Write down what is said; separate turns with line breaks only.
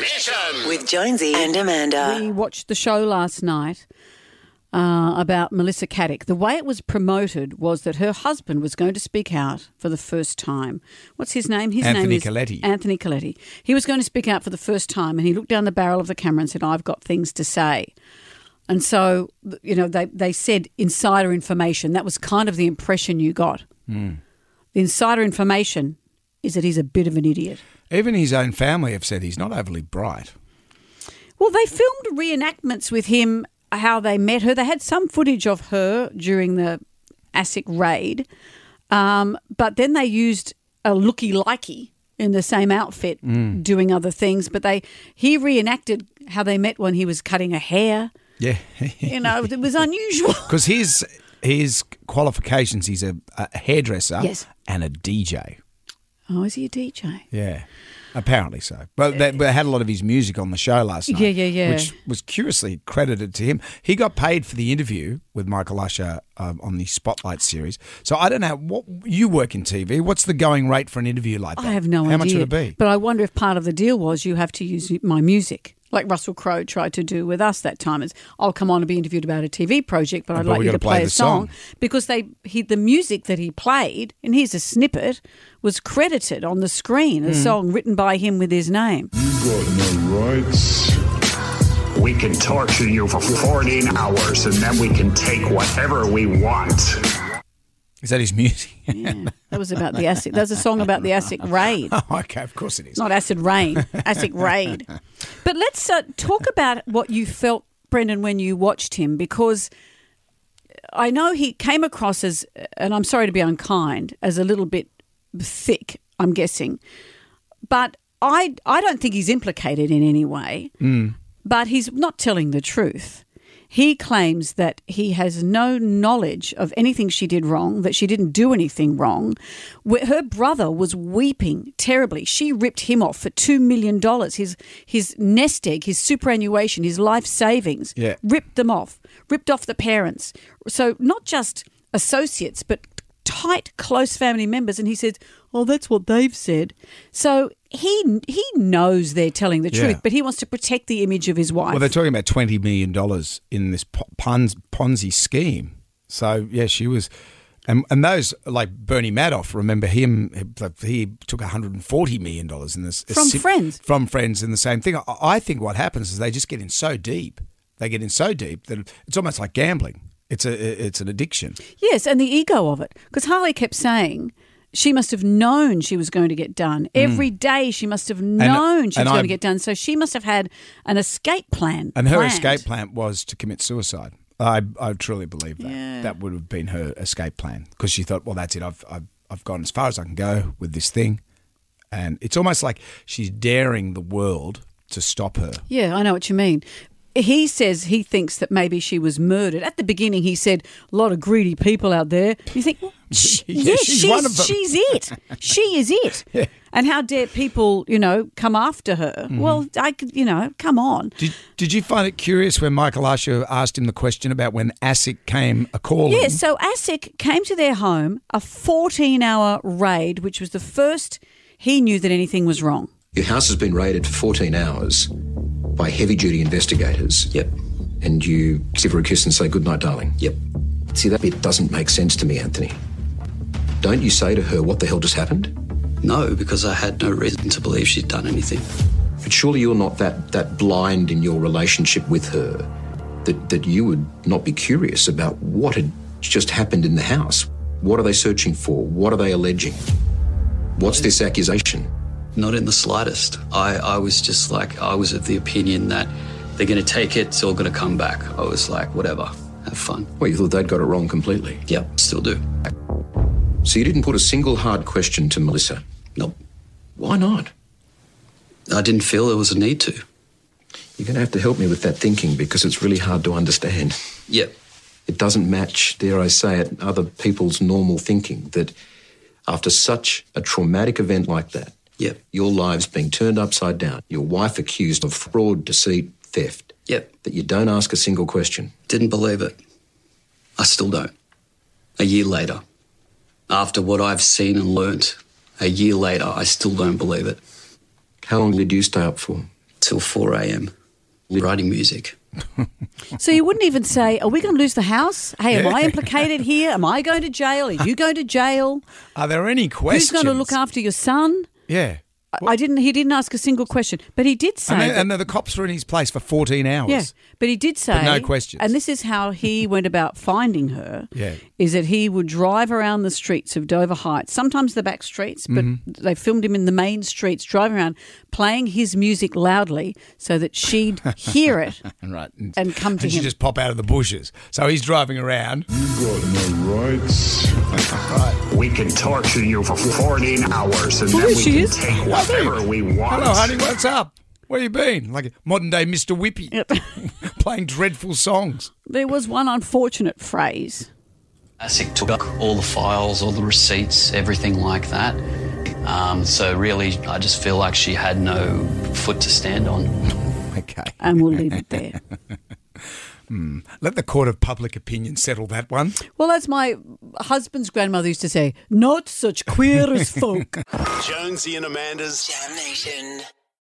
Mission.
With Jonesy and Amanda.
We watched the show last night uh, about Melissa Caddick. The way it was promoted was that her husband was going to speak out for the first time. What's his name? His name
Anthony
is
Colletti.
Anthony Coletti. He was going to speak out for the first time, and he looked down the barrel of the camera and said, "I've got things to say." And so, th- you know, they they said insider information. That was kind of the impression you got. The insider information is that he's a bit of an idiot.
Even his own family have said he's not overly bright.
Well, they filmed reenactments with him, how they met her. They had some footage of her during the ASIC raid, um, but then they used a looky likey in the same outfit doing other things. But they he reenacted how they met when he was cutting her hair.
Yeah.
You know, it was unusual.
Because his his qualifications, he's a, a hairdresser
Yes.
and a DJ.
Oh, is he a DJ?
Yeah. Apparently so. But they, but they had a lot of his music on the show last night.
Yeah, yeah, yeah.
Which was curiously credited to him. He got paid for the interview with Michael Usher um, on the Spotlight series. So I don't know what you work in TV. What's the going rate for an interview like that?
I have no
How
idea.
much would it be?
But I wonder if part of the deal was you have to use my music, like Russell Crowe tried to do with us that time. It's I'll come on and be interviewed about a TV project, but I'd
But
like
we
you to
gotta
play,
play
a
the
song.
song.
because they he the music that he played, and here's a snippet, was credited on the screen, a
Hmm.
song written by him with his name.
got no rights.
We can torture you for 14 hours and then we can take whatever we want.
Is that his music?
That was about the acid. That's a song about the ASIC raid.
Oh, okay, of course it is.
It's not acid rain, acid raid. But let's uh, talk about what you felt, Brendan, when you watched him, because I know he came across as, and I'm sorry to be unkind, as a little bit thick. I'm guessing, but I I don't think he's implicated in any way. But he's not telling the truth. He claims that he has no knowledge of anything she did wrong, that she didn't do anything wrong. Wh- Her brother was weeping terribly. She ripped him off for $2 million. His, his nest egg, his superannuation, his life savings,
Yeah.
ripped them off, ripped off the parents. So not just associates, but tight, close family members. And he says, "Oh, that's what they've said." So he he knows they're telling the
Yeah.
truth, but he wants to protect the image of his wife.
Well, they're talking about twenty million dollars in this po- Ponz- Ponzi scheme. So yeah, she was, and and those like Bernie Madoff. Remember him? He took one hundred and forty million dollars in this
From Friends.
From friends, in the same thing. I, I think what happens is they just get in so deep. They get in so deep that it's almost like gambling. It's a it's an addiction.
Yes, and the ego of it. Because Harley kept saying she must have known she was going to get done. Every day she must have known she was
Mm. and
going
I-
to get done. So she must have had an escape plan.
And her
planned.
escape plan was to commit suicide. I, I truly believe that. That would have been her escape plan because she thought, well, that's it. I've, I've, I've gone as far as I can go with this thing. And it's almost like she's daring the world to stop her.
Yeah, I know what you mean. He says he thinks that maybe she was murdered. At the beginning, he said, a lot of greedy people out there. You think, well, sh-
Yeah,
yes, she's,
she's one of them.
she's it. She is it. And how dare people, you know, come after her?
Mm-hmm.
Well, I could, you know, come on.
Did, did you find it curious when Michael Usher asked him the question about when ASIC came a calling?
Yeah, so ASIC came to their home, a 14 hour raid, which was the first he knew that anything was wrong.
Your house has been raided for 14 hours by heavy duty investigators.
Yep.
And you give her a kiss and say, Good night, darling.
Yep.
See, that bit doesn't make sense to me, Anthony. Don't you say to her, What the hell just happened?
No, because I had no reason to believe she'd done anything.
But surely you're not that, that blind in your relationship with her that, that you would not be curious about what had just happened in the house. What are they searching for? What are they alleging? What's this accusation?
Not in the slightest. I, I was just like, I was of the opinion that they're going to take it, it's all going to come back. I was like, whatever, have fun.
Well, you thought they'd got it wrong completely.
Yep, still do.
So you didn't put a single hard question to Melissa.
Nope.
Why not?
I didn't feel there was a need to.
You're going to have to help me with that thinking because it's really hard to understand.
Yep.
It doesn't match, dare I say it, other people's normal thinking that after such a traumatic event like that,
Yep.
your lives being turned upside down, your wife accused of fraud, deceit, theft,
Yep.
that you don't ask a single question.
Didn't believe it. I still don't. A year later, after what I've seen and learnt, a year later, I still don't believe it.
How long did you stay up for?
Two till 4 a.m. writing music.
So you wouldn't even say, "Are we going to lose the house? Hey, am I implicated here? Am I going to jail? Are you going to jail?
Are there any questions?
Who's going to look after your son?"
Yeah.
I- I didn't. He didn't ask a single question, but he did say.
And, then,
that-
and then the cops were in his place for 14 hours.
yeah, but he did say
no questions.
And this is how he went about finding her.
Yeah.
is that he would drive around the streets of Dover Heights, sometimes the back streets, but
Mm-hmm.
they filmed him in the main streets, driving around, playing his music loudly so that she'd hear it
Right.
and come to
and she
him.
just pop out of the bushes. So he's driving around.
Got no rights.
We can torture you for 14 hours and
Oh,
then
there
we
she
can
is.
take whatever we want.
Hello, honey. What's up? Where you been? Like modern day Mr. Whippy playing dreadful songs.
there was one unfortunate phrase.
ASIC took up all the files, all the receipts, everything like that. Um, so really, I just feel like she had no foot to stand on.
Okay.
and we'll leave it there.
Let the court of public opinion settle that one.
Well, as my husband's grandmother used to say, not such queer as folk.
Jonesy and Amanda's
Damnation.